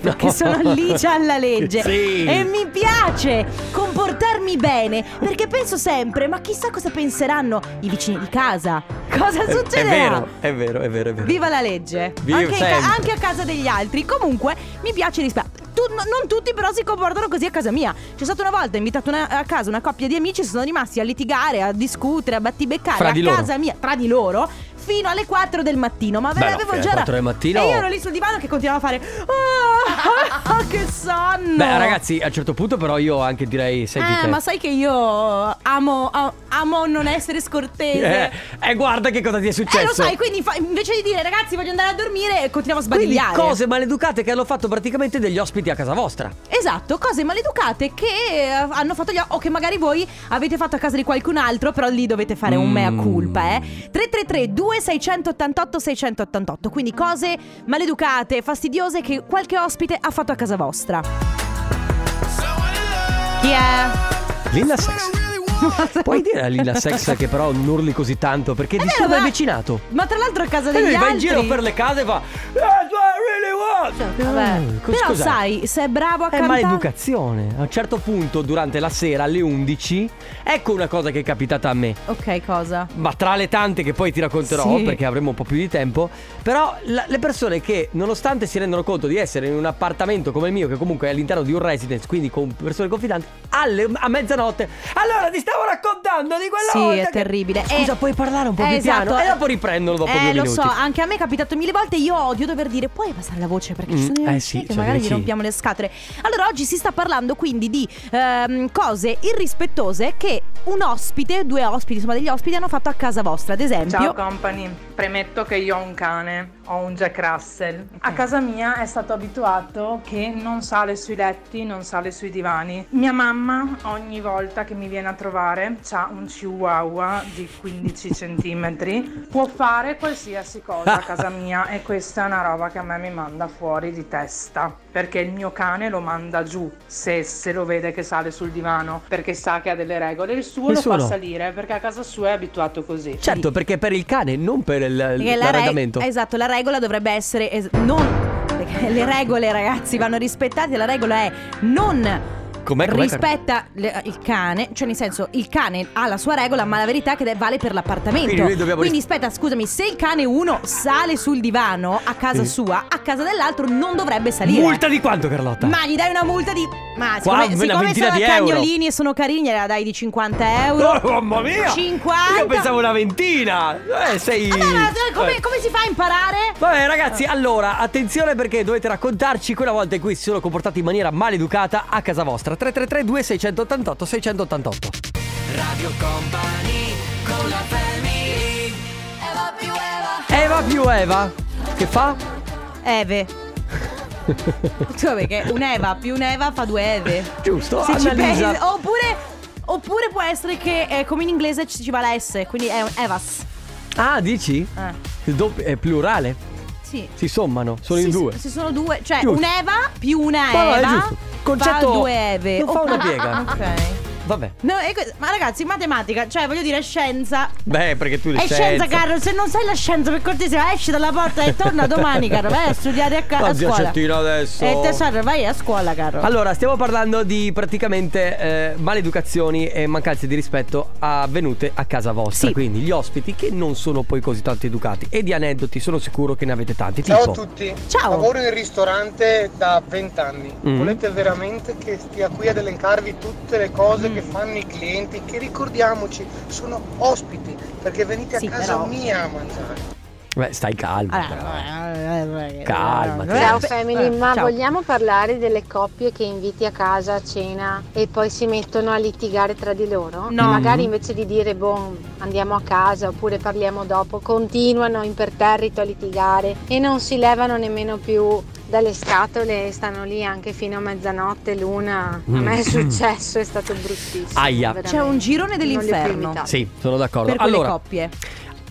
Speaker 1: perché sono lì c'è alla legge
Speaker 2: Sì.
Speaker 1: e mi piace comportarmi bene perché penso sempre ma chissà cosa penseranno i vicini di casa cosa
Speaker 2: È-
Speaker 1: succederà
Speaker 2: È vero, è vero, è vero, è vero.
Speaker 1: Viva la legge!
Speaker 2: Viva
Speaker 1: anche, in ca-
Speaker 2: sempre.
Speaker 1: anche a casa degli altri. Comunque, mi piace rispetto. Tu- no- non tutti, però, si comportano così a casa mia. C'è stata una volta, ho invitato una- a casa una coppia di amici, sono rimasti a litigare, a discutere, a battibeccare
Speaker 2: Fra
Speaker 1: a
Speaker 2: di loro.
Speaker 1: casa mia, tra di loro, fino alle 4 del mattino. Ma ve
Speaker 2: Beh, no,
Speaker 1: l'avevo
Speaker 2: fino
Speaker 1: già.
Speaker 2: alle 4 del mattino-
Speaker 1: E io ero lì sul divano che continuavo a fare. "Ah, Ah, (laughs) che sonno!
Speaker 2: Beh, ragazzi, a un certo punto, però, io anche direi: Senti,
Speaker 1: Eh,
Speaker 2: te.
Speaker 1: ma sai che io amo, a- amo non essere scortese.
Speaker 2: (laughs) Eh, cioè, eh, guarda che cosa ti è successo.
Speaker 1: Eh, lo sai, quindi fa- invece di dire ragazzi voglio andare a dormire, continuiamo a
Speaker 2: Quindi
Speaker 1: sbadigliare.
Speaker 2: cose maleducate che hanno fatto praticamente degli ospiti a casa vostra.
Speaker 1: Esatto, cose maleducate che eh, hanno fatto gli o che magari voi avete fatto a casa di qualcun altro, però lì dovete fare un
Speaker 2: Mm.
Speaker 1: mea culpa, eh. 333 2688 688, quindi cose maleducate, fastidiose che qualche ospite ha fatto a casa vostra. Chi è?
Speaker 2: Lilla Sex. (laughs)
Speaker 1: Eh?
Speaker 2: Puoi dire a Lilla Sex che però non urli così tanto perché
Speaker 1: È vero,
Speaker 2: disturba
Speaker 1: Eh,
Speaker 2: il
Speaker 1: ma-
Speaker 2: vicinato.
Speaker 1: Ma tra l'altro a casa
Speaker 2: E
Speaker 1: degli
Speaker 2: lui va in
Speaker 1: altri
Speaker 2: giro per le case e fa That's what I really want
Speaker 1: Vabbè.
Speaker 2: Eh, cos-
Speaker 1: Però
Speaker 2: cos'è?
Speaker 1: sai, se è bravo a
Speaker 2: È
Speaker 1: cantare
Speaker 2: maleducazione. Eh, A un certo punto, durante la sera alle 11, ecco una cosa che è capitata a me.
Speaker 1: Ok, cosa?
Speaker 2: Ma tra le tante che poi ti racconterò,
Speaker 1: Sì.
Speaker 2: perché avremo un po' più di tempo, però la- le persone che nonostante si rendono conto di essere in un appartamento come il mio, che comunque è all'interno di un residence, quindi con persone confidanti, alle- a mezzanotte, allora ti stavo raccontando di quella
Speaker 1: Sì,
Speaker 2: volta
Speaker 1: è
Speaker 2: che-"
Speaker 1: terribile.
Speaker 2: Scusa,
Speaker 1: Eh,
Speaker 2: puoi parlare un po'
Speaker 1: eh,
Speaker 2: più piano?
Speaker 1: esatto.
Speaker 2: E dopo riprendono dopo
Speaker 1: eh,
Speaker 2: due
Speaker 1: lo
Speaker 2: minuti.
Speaker 1: so, anche a me è capitato mille volte. Io odio dover dire puoi abbassare la voce perché ci
Speaker 2: Mm,
Speaker 1: sono delle
Speaker 2: eh
Speaker 1: persone
Speaker 2: sì,
Speaker 1: che
Speaker 2: cioè,
Speaker 1: magari
Speaker 2: sì.
Speaker 1: gli rompiamo le scatole. Allora, oggi si sta parlando quindi di ehm, cose irrispettose che un ospite, due ospiti, insomma, degli ospiti hanno fatto a casa vostra. Ad esempio,
Speaker 8: Ciao company, premetto che io ho un cane, ho un Jack Russell. A casa mia è stato abituato che non sale sui letti, non sale sui divani. Mia mamma ogni volta che mi viene a trovare ha un chihuahua di 15
Speaker 2: (laughs)
Speaker 8: cm, può fare qualsiasi cosa a casa mia e questa è una roba che a me mi manda fuori di testa, perché il mio cane lo manda giù se, se lo vede che sale sul divano, perché sa che ha delle regole, il suo
Speaker 2: Il
Speaker 8: lo
Speaker 2: suo
Speaker 8: fa
Speaker 2: no.
Speaker 8: salire perché a casa sua è abituato così.
Speaker 2: Certo, perché per il cane, non per il,
Speaker 1: Perché la re-
Speaker 2: l'arredamento.
Speaker 1: esatto, la regola dovrebbe essere es- non perché le regole, ragazzi, vanno rispettate. La regola è non
Speaker 2: Com'è, com'è,
Speaker 1: rispetta le- il cane, cioè nel senso il cane ha la sua regola, ma la verità è che de- vale per l'appartamento.
Speaker 2: Quindi noi dobbiamo
Speaker 1: Quindi aspetta, scusami, se il cane uno sale sul divano a casa
Speaker 2: Sì.
Speaker 1: sua, a casa dell'altro non dovrebbe salire.
Speaker 2: Multa di quanto, Carlotta?
Speaker 1: eh. Ma gli dai una multa di Ma
Speaker 2: Qua
Speaker 1: siccome,
Speaker 2: una
Speaker 1: siccome
Speaker 2: ventina
Speaker 1: sono
Speaker 2: di euro.
Speaker 1: cagnolini e sono carini, gliela dai di 50 euro.
Speaker 2: Oh, mamma mia!
Speaker 1: 50.
Speaker 2: Io pensavo una ventina! Eh, sei.
Speaker 1: Vabbè, ma come,
Speaker 2: Eh.
Speaker 1: come si fa a imparare?
Speaker 2: Vabbè ragazzi, allora attenzione perché dovete raccontarci quella volta in cui si sono comportati in maniera maleducata a casa vostra. 333 2688 688. Eva più Eva che fa?
Speaker 1: Eve. Cioè, perché un'Eva più un'Eva fa due Eve.
Speaker 2: Giusto,
Speaker 1: Se ci
Speaker 2: Annalisa.
Speaker 1: pensi- oppure. Oppure può essere che eh, come in inglese ci, ci va la S, quindi è un Evas.
Speaker 2: Ah, dici?
Speaker 1: Eh,
Speaker 2: Il doppio- è plurale.
Speaker 1: sì.
Speaker 2: Si sommano, sono
Speaker 1: Sì,
Speaker 2: in
Speaker 1: sì,
Speaker 2: due.
Speaker 1: Ci sono due, cioè
Speaker 2: Giusto.
Speaker 1: un'Eva più una
Speaker 2: Ma no, è
Speaker 1: Eva.
Speaker 2: giusto. Concetto-
Speaker 1: Fa due Eve.
Speaker 2: non fa una
Speaker 1: Ok.
Speaker 2: piega.
Speaker 1: Ok.
Speaker 2: Vabbè.
Speaker 1: No, e que- ma ragazzi, matematica, cioè voglio dire scienza.
Speaker 2: Beh, perché tu le
Speaker 1: È scienza, caro. Se non sai la scienza, per cortesia, esci dalla porta e torna domani, caro. Vai a studiare a, ca- a
Speaker 2: Ma zia
Speaker 1: scuola.
Speaker 2: Cettina adesso.
Speaker 1: E tesoro, vai a scuola, caro.
Speaker 2: Allora, stiamo parlando di praticamente eh, maleducazioni e mancanze di rispetto avvenute a casa vostra.
Speaker 1: Sì.
Speaker 2: Quindi gli ospiti che non sono poi così tanto educati. E di aneddoti sono sicuro che ne avete tanti. Tipo,
Speaker 9: Ciao a tutti,
Speaker 1: Ciao.
Speaker 9: lavoro in ristorante da 20 anni.
Speaker 2: Mm.
Speaker 9: Volete veramente che stia qui ad elencarvi tutte le cose
Speaker 2: Mm.
Speaker 9: che fanno i clienti? Che ricordiamoci, sono ospiti, perché venite
Speaker 1: Sì,
Speaker 9: a casa
Speaker 1: però-
Speaker 9: mia a mangiare.
Speaker 2: Beh, eh, stai calmo. però.
Speaker 1: Allora,
Speaker 2: Calmati.
Speaker 10: Ciao
Speaker 2: Beh,
Speaker 10: family, ma
Speaker 1: eh, ciao.
Speaker 10: vogliamo parlare delle coppie che inviti a casa a cena e poi si mettono a litigare tra di loro?
Speaker 1: No.
Speaker 10: Magari invece di dire boh, andiamo a casa oppure parliamo dopo, continuano imperterrito a litigare e non si levano nemmeno più dalle scatole e stanno lì anche fino a mezzanotte, l'una. A me
Speaker 2: (clears throat)
Speaker 10: è successo, è stato bruttissimo.
Speaker 2: Mm. Aia.
Speaker 10: veramente.
Speaker 1: C'è un girone
Speaker 10: Non li ho più
Speaker 1: dell'inferno.
Speaker 10: invitati.
Speaker 2: Sì, sono d'accordo.
Speaker 1: Per quelle
Speaker 2: allora,
Speaker 1: coppie.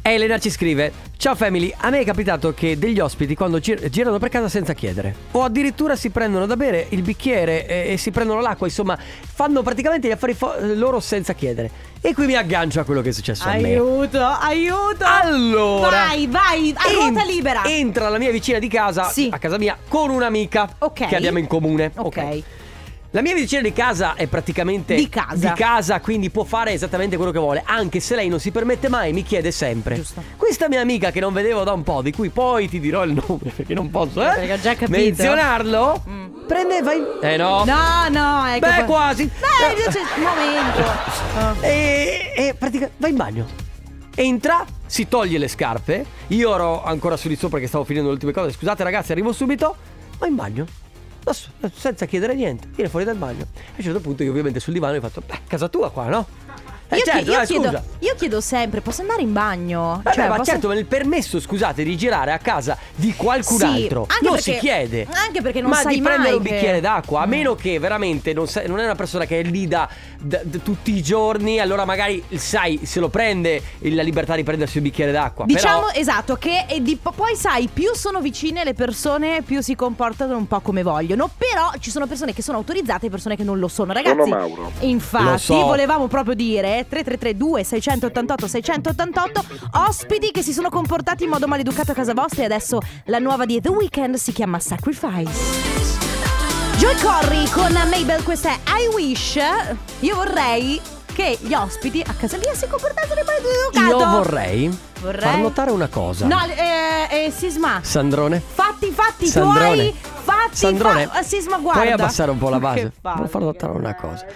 Speaker 2: Elena ci scrive: Ciao family, a me è capitato che degli ospiti quando gir- girano per casa senza chiedere, o addirittura si prendono da bere il bicchiere e, e si prendono l'acqua, insomma, fanno praticamente gli affari fo- loro senza chiedere. E qui mi aggancio a quello che è successo a me.
Speaker 1: Aiuto, aiuto.
Speaker 2: Allora,
Speaker 1: Vai,
Speaker 2: Ehm,
Speaker 1: vai, a ruota
Speaker 2: Ent-
Speaker 1: libera.
Speaker 2: Entra la mia vicina di casa,
Speaker 1: Sì.
Speaker 2: a casa mia, con un'amica
Speaker 1: Ok.
Speaker 2: che abbiamo in comune.
Speaker 1: Ok.
Speaker 2: La mia vicina di casa è praticamente
Speaker 1: Di casa.
Speaker 2: di casa, quindi può fare esattamente quello che vuole, anche se lei non si permette mai, mi chiede sempre.
Speaker 1: Giusto.
Speaker 2: Questa mia amica che non vedevo da un po', di cui poi ti dirò il nome (laughs) perché non posso eh,
Speaker 1: Perché ho già capito.
Speaker 2: menzionarlo,
Speaker 1: Mm.
Speaker 2: prendeva in... Eh no.
Speaker 1: No, no, ecco.
Speaker 2: Beh,
Speaker 1: qua-
Speaker 2: quasi. Eh.
Speaker 1: Beh, c'è un momento.
Speaker 2: (laughs) E, e praticamente va in bagno. Entra, si toglie le scarpe. Io ero ancora su di sopra che stavo finendo le ultime cose. Scusate ragazzi, arrivo subito. Va in bagno. da s- senza chiedere niente, viene fuori dal bagno. A un certo punto io ovviamente sul divano ho fatto, beh, casa tua qua, no? Eh,
Speaker 1: Io, chi-
Speaker 2: certo,
Speaker 1: io
Speaker 2: eh,
Speaker 1: chiedo,
Speaker 2: scusa.
Speaker 1: io chiedo sempre, posso andare in bagno?
Speaker 2: Vabbè, ma
Speaker 1: Cioè, posso-
Speaker 2: certo, ma il permesso, scusate, di girare a casa di qualcun
Speaker 1: Sì,
Speaker 2: altro
Speaker 1: anche
Speaker 2: non
Speaker 1: perché-
Speaker 2: si chiede.
Speaker 1: anche perché non
Speaker 2: ma
Speaker 1: sai
Speaker 2: di prendere
Speaker 1: mai
Speaker 2: un
Speaker 1: che-
Speaker 2: bicchiere d'acqua, a
Speaker 1: Mm.
Speaker 2: meno che veramente non, sai- non è una persona che è lì da, da- da tutti i giorni, allora magari sai se lo prende la libertà di prendersi un bicchiere d'acqua.
Speaker 1: Diciamo
Speaker 2: però...
Speaker 1: esatto che e di- poi sai più sono vicine le persone più si comportano un po' come vogliono però ci sono persone che sono autorizzate e persone che non lo sono ragazzi
Speaker 4: Sono Mauro.
Speaker 2: Lo
Speaker 1: Infatti
Speaker 2: so.
Speaker 1: volevamo proprio dire eh, 3332 688 688 ospiti che si sono comportati in modo maleducato a casa vostra e adesso la nuova di The Weeknd si chiama Sacrifice Joy Corry con Mabel questa è I Wish io vorrei che gli ospiti a casa mia si comportassero in modo
Speaker 2: Io
Speaker 1: educato
Speaker 2: vorrei,
Speaker 1: Vorrei-
Speaker 2: far notare una cosa.
Speaker 1: No, eh, eh, Sisma.
Speaker 2: Sandrone.
Speaker 1: Fatti, fatti,
Speaker 2: Sandrone.
Speaker 1: tuoi. Fatti,
Speaker 2: Sandrone,
Speaker 1: fa- eh, Sisma, guarda.
Speaker 2: Puoi abbassare un po' la
Speaker 1: Che
Speaker 2: base.
Speaker 1: palle.
Speaker 2: Devo far notare una cosa.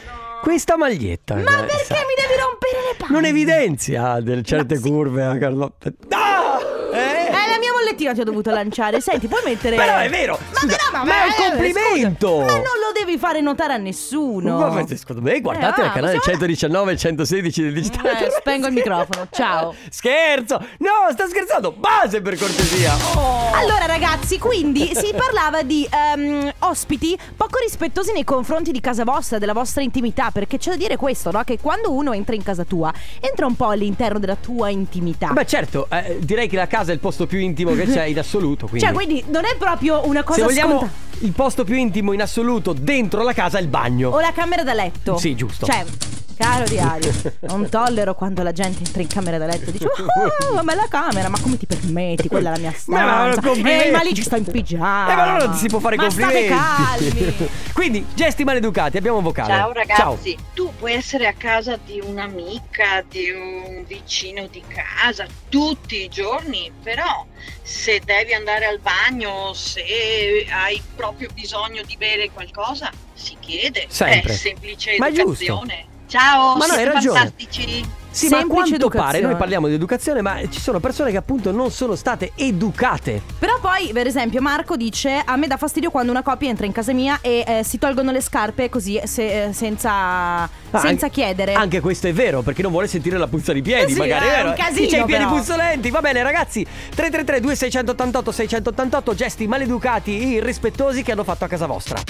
Speaker 2: Questa maglietta.
Speaker 1: Ma
Speaker 2: eh,
Speaker 1: perché
Speaker 2: sa-
Speaker 1: mi devi rompere le palle?
Speaker 2: Non evidenzia delle certe curve a Carlotta. No! Eh?
Speaker 1: Eh, la mia bollettina ti ho dovuto lanciare. Senti, puoi mettere.
Speaker 2: Però è vero.
Speaker 1: Ma
Speaker 2: Scusa,
Speaker 1: però, ma,
Speaker 2: ma è un
Speaker 1: eh,
Speaker 2: complimento.
Speaker 1: scusa, ma non lo devi fare notare a nescuno.
Speaker 2: Ma fate- secondo me guardate
Speaker 1: Eh,
Speaker 2: il
Speaker 1: ah,
Speaker 2: canale
Speaker 1: possiamo-
Speaker 2: 119 e 116 del digitale.
Speaker 1: Eh, spengo il
Speaker 2: Terrestre.
Speaker 1: microfono, ciao.
Speaker 2: (laughs) Scherzo! No, sta scherzando! Base per cortesia!
Speaker 1: Oh. Allora ragazzi,
Speaker 2: (laughs)
Speaker 1: quindi si parlava di ehm, ospiti poco rispettosi nei confronti di casa vostra, della vostra intimità, perché c'è da dire questo, no? Che quando uno entra in casa tua, entra un po' all'interno della tua intimità.
Speaker 2: Beh, certo, eh, direi che la casa è il posto più intimo che c'è in assoluto. Quindi.
Speaker 1: Cioè, quindi non è proprio una cosa
Speaker 2: Se vogliamo
Speaker 1: sconta-
Speaker 2: il posto più intimo in assoluto dentro la casa è il bagno.
Speaker 1: O la camera da letto.
Speaker 2: Sì, giusto.
Speaker 1: Cioè, caro
Speaker 2: (laughs)
Speaker 1: diario, non tollero quando la gente entra in camera da letto e dice "Oh, ma la camera, ma come ti permetti? Quella è la mia
Speaker 2: Ma non
Speaker 1: stanza".
Speaker 2: complimenti.
Speaker 1: eh, ma lì ci sto in pigiama.
Speaker 2: Eh, ma allora non si può fare
Speaker 1: ma
Speaker 2: complimenti.
Speaker 1: state calmi.
Speaker 2: (laughs) Quindi, gesti maleducati, abbiamo un vocale.
Speaker 11: Ciao ragazzi, tu puoi essere a casa di un'amica, di un vicino di casa tutti i giorni, però se devi andare al bagno, se hai proprio bisogno di bere qualcosa, si chiede.
Speaker 2: Sempre.
Speaker 11: È semplice
Speaker 2: Ma è giusto.
Speaker 11: educazione. Ciao,
Speaker 2: Ma no, hai
Speaker 11: siete
Speaker 2: ragione.
Speaker 11: fantastici.
Speaker 2: Sì, ma a
Speaker 1: Semplice
Speaker 2: quanto pare
Speaker 1: educazione.
Speaker 2: noi parliamo di educazione, ma ci sono persone che appunto non sono state educate.
Speaker 1: Però poi, per esempio, Marco dice: A me dà fastidio quando una coppia entra in casa mia e eh, si tolgono le scarpe così se- eh, senza,
Speaker 2: Ma
Speaker 1: senza
Speaker 2: anche-
Speaker 1: chiedere.
Speaker 2: Anche questo è vero, perché non vuole sentire la puzza di piedi,
Speaker 1: Eh sì,
Speaker 2: magari
Speaker 1: è
Speaker 2: vero?
Speaker 1: un casino,
Speaker 2: Chi c'ha i piedi
Speaker 1: però.
Speaker 2: puzzolenti. Va bene, ragazzi. 333 2688 688 gesti maleducati e irrispettosi che hanno fatto a casa vostra.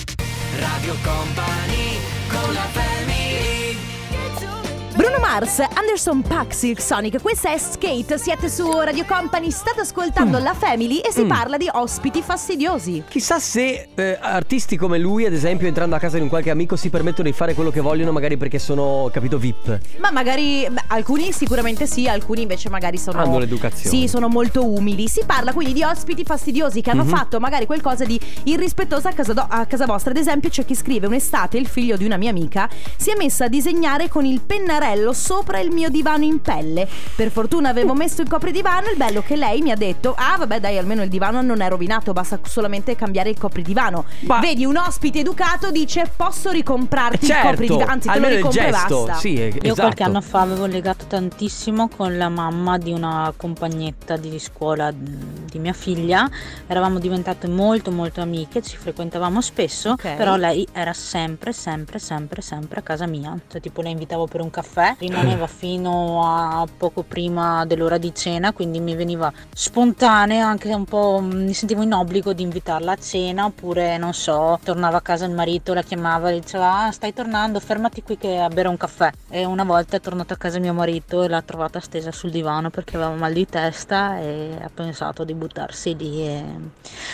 Speaker 1: Bruno Mars, Anderson Paak, Silk Sonic, questa è Skate. Siete su Radio Company, state ascoltando la Family e si
Speaker 2: Mm.
Speaker 1: parla di ospiti fastidiosi.
Speaker 2: Chissà se eh, artisti come lui, ad esempio, entrando a casa di un qualche amico, si permettono di fare quello che vogliono, magari perché sono, capito, VIP.
Speaker 1: Ma magari beh, alcuni sicuramente sì, alcuni invece magari sono.
Speaker 2: Hanno l'educazione.
Speaker 1: Sì, sono molto umili. Si parla quindi di ospiti fastidiosi che hanno
Speaker 2: Mhm.
Speaker 1: fatto magari qualcosa di irrispettoso a casa, do- a casa vostra. Ad esempio, c'è chi scrive: Un'estate il figlio di una mia amica si è messa a disegnare con il pennarello sopra il mio divano in pelle. Per fortuna avevo messo il copridivano. Il bello che lei mi ha detto: Ah, vabbè, dai, almeno il divano non è rovinato, basta solamente cambiare il copridivano.
Speaker 2: Ma-
Speaker 1: Vedi, un ospite educato dice: Posso ricomprarti il
Speaker 2: Certo,
Speaker 1: copridivano? Anzi, te lo
Speaker 2: almeno il
Speaker 1: ricompro e
Speaker 2: gesto.
Speaker 1: basta.
Speaker 2: Sì, eh,
Speaker 12: Io
Speaker 2: esatto.
Speaker 12: qualche anno fa avevo legato tantissimo con la mamma di una compagnetta di scuola mh, di mia figlia, eravamo diventate molto molto amiche, ci frequentavamo spesso,
Speaker 1: Ok.
Speaker 12: però lei era sempre sempre sempre sempre a casa mia, cioè tipo la invitavo per un caffè, rimaneva fino a poco prima dell'ora di cena, quindi mi veniva spontanea, anche un po' mh, mi sentivo in obbligo di invitarla a cena oppure non so, tornava a casa il marito, la chiamava e diceva "Ah, stai tornando, fermati qui che a bere un caffè". E una volta è tornato a casa mio marito e l'ha trovata stesa sul divano perché aveva mal di testa e ha pensato di buttarsi lì e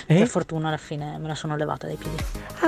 Speaker 2: Eh?
Speaker 12: per fortuna alla fine me la sono levata dai piedi.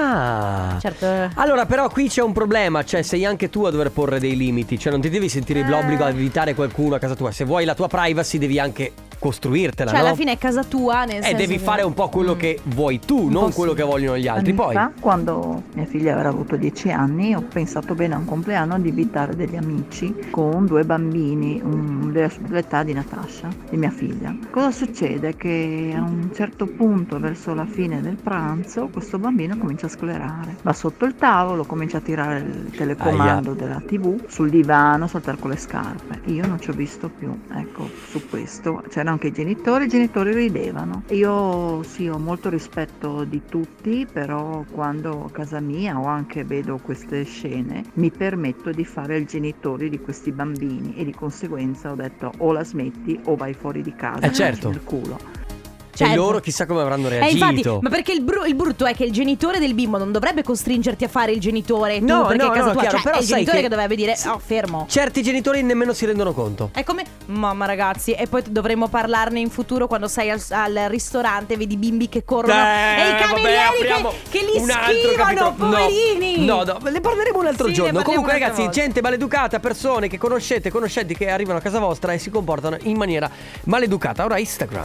Speaker 2: Ah.
Speaker 1: Certo.
Speaker 2: Allora, però qui c'è un problema, cioè sei anche tu a dover porre dei limiti, cioè non ti devi sentire
Speaker 1: Eh.
Speaker 2: l'obbligo a invitare qualcuno a casa tua. Se vuoi la tua privacy devi anche costruirtela,
Speaker 1: Cioè,
Speaker 2: no?
Speaker 1: alla fine è casa tua, nel
Speaker 2: Eh,
Speaker 1: senso
Speaker 2: devi
Speaker 1: che-
Speaker 2: fare un po' quello
Speaker 1: Mm.
Speaker 2: che vuoi tu,
Speaker 13: Un
Speaker 2: non
Speaker 13: po'
Speaker 2: quello
Speaker 13: sì.
Speaker 2: che vogliono gli altri.
Speaker 13: Anni
Speaker 2: Poi
Speaker 13: fa, quando mia figlia avrà avuto 10 anni, ho pensato bene a un compleanno di invitare degli amici con due bambini un- della- dell'età di Natascia, di mia figlia. Cosa succede? Che a un certo punto, verso la fine del pranzo, questo bambino comincia a sclerare. Va sotto il tavolo, comincia a tirare il telecomando della TV sul divano, saltare con le scarpe. Io non ci ho visto più. Ecco, su questo, cioè c'erano anche i genitori, i genitori ridevano. Io sì, ho molto rispetto di tutti, però quando a casa mia o anche vedo queste scene, mi permetto di fare il genitore di questi bambini e di conseguenza ho detto o la smetti o vai fuori di casa.
Speaker 2: Eh, certo.
Speaker 13: Il culo.
Speaker 2: E
Speaker 1: Certo.
Speaker 2: cioè, loro chissà come avranno
Speaker 1: Eh,
Speaker 2: reagito.
Speaker 1: infatti, ma perché il, bru- il brutto è che il genitore del bimbo non dovrebbe costringerti a fare il genitore tu,
Speaker 2: No,
Speaker 1: perché
Speaker 2: no,
Speaker 1: è casa
Speaker 2: no,
Speaker 1: tua,
Speaker 2: chiaro,
Speaker 1: cioè,
Speaker 2: però
Speaker 1: è il
Speaker 2: sai
Speaker 1: genitore
Speaker 2: che-
Speaker 1: che, dovrebbe dire
Speaker 2: sì.
Speaker 1: "Oh, fermo".
Speaker 2: Certi genitori nemmeno si rendono conto.
Speaker 1: È come mamma ragazzi, e poi dovremmo parlarne in futuro quando sei al, al ristorante, vedi i bimbi che corrono
Speaker 2: Beh,
Speaker 1: e i
Speaker 2: Eh, vabbè,
Speaker 1: camerieri che-
Speaker 2: apriamo
Speaker 1: che, li
Speaker 2: un altro
Speaker 1: schivano,
Speaker 2: capitolo. No,
Speaker 1: poverini.
Speaker 2: No, no, ne parleremo un altro
Speaker 1: Sì, ne
Speaker 2: giorno.
Speaker 1: parliamo
Speaker 2: Comunque,
Speaker 1: un'altra
Speaker 2: ragazzi,
Speaker 1: volta.
Speaker 2: gente maleducata, persone che conoscete, conoscenti che arrivano a casa vostra e si comportano in maniera maleducata. Ora Instagram.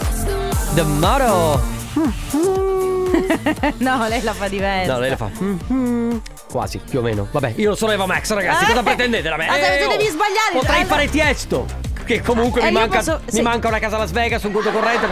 Speaker 2: The motto.
Speaker 1: (laughs) no, lei la fa diversa.
Speaker 2: No, lei la fa. Mm, mm. Quasi, più o meno. Vabbè, io non sono Eva Max, ragazzi.
Speaker 1: Eh,
Speaker 2: Cosa pretendete da me?
Speaker 1: ma se
Speaker 2: Eh,
Speaker 1: devi sbagliare,
Speaker 2: Potrei
Speaker 1: allora-
Speaker 2: fare tiesto. Che comunque
Speaker 1: Eh,
Speaker 2: mi,
Speaker 1: io
Speaker 2: manca,
Speaker 1: posso-
Speaker 2: mi
Speaker 1: sì.
Speaker 2: manca una casa a Las Vegas, un conto corrente.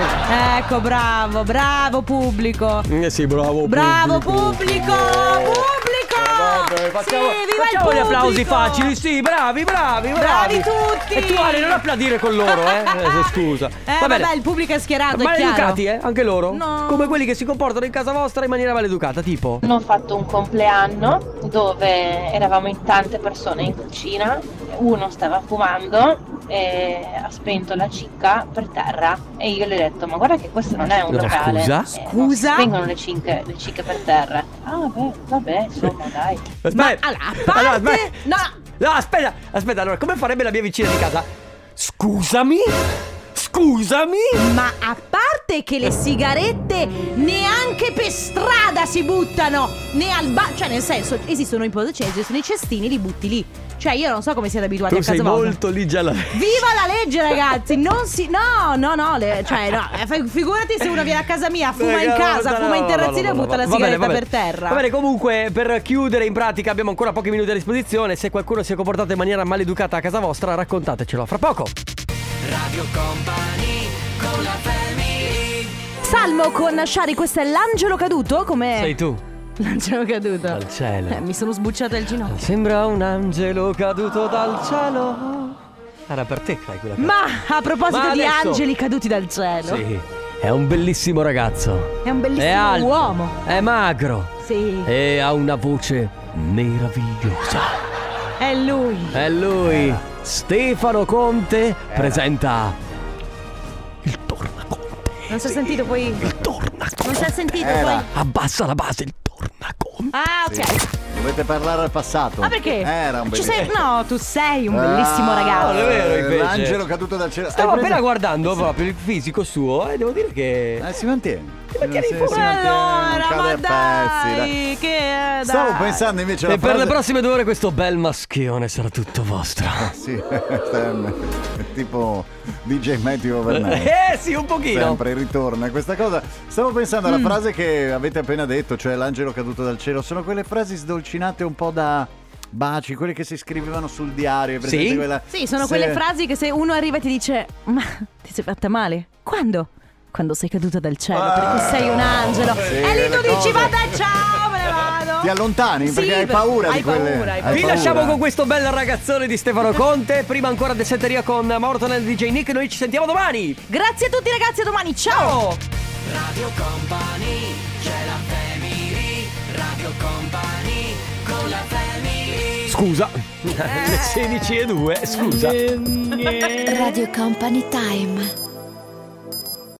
Speaker 1: Ecco, bravo, bravo pubblico.
Speaker 2: Eh sì, bravo.
Speaker 1: Bravo pubblico, pubblico.
Speaker 2: Eh, Vabbè, facciamo,
Speaker 1: Sì, viva il
Speaker 2: facciamo gli applausi
Speaker 1: pubblico.
Speaker 2: facili, sì, bravi, bravi, bravi.
Speaker 1: Bravi tutti.
Speaker 2: E tu Ale non applaudire con loro,
Speaker 1: (laughs)
Speaker 2: eh. eh, Scusa.
Speaker 1: Eh,
Speaker 2: Va
Speaker 1: vabbè,
Speaker 2: bene.
Speaker 1: il pubblico è schierato, è chiaro.
Speaker 2: Maleducati, eh, anche loro.
Speaker 1: No.
Speaker 2: Come quelli che si comportano in casa vostra in maniera maleducata, tipo.
Speaker 14: Hanno fatto un compleanno dove eravamo in tante persone in cucina, uno stava fumando e ha spento la cicca per terra e io le ho detto ma guarda che questo non è un
Speaker 2: No,
Speaker 14: locale.
Speaker 2: scusa?
Speaker 14: scusa? Vengono le, cinque, le cicche per terra. Ah beh, vabbè, insomma dai.
Speaker 2: Aspetta. Allora, aspetta. No, aspetta, aspetta, allora, come farebbe la mia vicina di casa? Scusami? Scusami?
Speaker 1: Ma a parte che le sigarette neanche per strada si buttano, né al bar, cioè nel senso, esistono i podocesi, sono i cestini, li butti lì. Cioè io non so come siete abituati
Speaker 2: Tu
Speaker 1: a
Speaker 2: sei
Speaker 1: casa vostra.
Speaker 2: molto lì già la.
Speaker 1: Viva la legge, ragazzi! Non si. No, no, no. le- cioè, no. eh, fai- Figurati se uno viene a casa mia, fuma in
Speaker 2: Raga,
Speaker 1: casa,
Speaker 2: guarda,
Speaker 1: fuma in
Speaker 2: no, no,
Speaker 1: terrazzino
Speaker 2: no,
Speaker 1: e
Speaker 2: no,
Speaker 1: butta
Speaker 2: no,
Speaker 1: la
Speaker 2: va bene,
Speaker 1: sigaretta
Speaker 2: va bene.
Speaker 1: per terra.
Speaker 2: Va bene, comunque, per chiudere, in pratica abbiamo ancora pochi minuti a disposizione. Se qualcuno si è comportato in maniera maleducata a casa vostra, raccontatecelo fra poco.
Speaker 7: Radio Company con la
Speaker 1: Salmo con Shari, questo è l'angelo caduto. Come.
Speaker 2: Sei tu.
Speaker 1: L'angelo caduto.
Speaker 2: Al cielo.
Speaker 1: Eh, mi sono sbucciata il ginocchio.
Speaker 2: Sembra un angelo caduto dal cielo. Era per te, fai quella
Speaker 1: Ma a proposito
Speaker 2: Ma
Speaker 1: di
Speaker 2: adesso-
Speaker 1: angeli caduti dal cielo,
Speaker 2: Sì, è un bellissimo ragazzo.
Speaker 1: è un
Speaker 2: è
Speaker 1: bellissimo
Speaker 2: alto, Eh.
Speaker 1: uomo.
Speaker 2: È magro.
Speaker 1: Sì,
Speaker 2: E ha una voce meravigliosa.
Speaker 1: è lui.
Speaker 2: È lui, Stefano Conte, presenta.
Speaker 1: Non si è sentito poi. Non si è sentito
Speaker 15: Era.
Speaker 1: poi.
Speaker 2: Abbassa la base.
Speaker 1: Ah, ok.
Speaker 15: Dovete parlare al passato.
Speaker 1: Ah, perché?
Speaker 15: Era un
Speaker 1: Ci
Speaker 15: bellissimo.
Speaker 1: sei... No, tu sei un bellissimo
Speaker 15: Ah,
Speaker 1: ragazzo.
Speaker 2: non è vero, invece.
Speaker 15: L'angelo caduto dal cielo.
Speaker 1: Eh,
Speaker 2: Stavo
Speaker 15: Hai preso-
Speaker 2: appena guardando proprio il fisico suo e devo dire che.
Speaker 15: Eh, si mantiene.
Speaker 2: Si mantiene in
Speaker 15: Sì,
Speaker 2: forma.
Speaker 15: si mantiene, non
Speaker 1: Allora,
Speaker 15: cade
Speaker 1: ma
Speaker 15: a pezzi,
Speaker 1: dai, che è,
Speaker 15: Stavo
Speaker 1: dai.
Speaker 15: pensando invece alla
Speaker 2: E per
Speaker 15: frase-
Speaker 2: le prossime due ore questo bel maschione sarà tutto vostro.
Speaker 15: Sì, (laughs) stem- tipo DJ
Speaker 2: (laughs)
Speaker 15: Matthew Overnight.
Speaker 2: Eh, Mm. sì, un pochino.
Speaker 15: Sempre ritorna questa cosa. Stavo pensando alla frase che avete appena detto, cioè l'angelo caduto dal cielo. Sono quelle frasi sdolcinate un po' da baci, quelle che si scrivevano sul diario. presente
Speaker 1: Sì?
Speaker 15: quella-
Speaker 1: Sì, sono
Speaker 15: se-
Speaker 1: quelle frasi che se uno arriva e ti dice Ma ti sei fatta male? Quando? Quando sei caduta dal cielo perché sei un angelo
Speaker 15: Ah. sì,
Speaker 1: E lì tu
Speaker 15: quelle
Speaker 1: dici
Speaker 15: cose.
Speaker 1: vada ciao, me ne vado
Speaker 15: Ti allontani
Speaker 1: Sì,
Speaker 15: perché hai
Speaker 1: per-
Speaker 15: paura
Speaker 1: hai
Speaker 15: di quelle.
Speaker 1: paura, hai
Speaker 15: hai
Speaker 2: Vi
Speaker 15: paura.
Speaker 2: lasciamo con questo bel ragazzone di Stefano Conte. Prima ancora di setteria con Morton e DJ Nick. Noi ci sentiamo domani.
Speaker 1: Grazie a tutti ragazzi, a domani, ciao!
Speaker 7: Radio Company, c'è la family. Radio Company con la family.
Speaker 2: (laughs) Scusa. Le 16 e 2, scusa.
Speaker 6: Radio Company Time.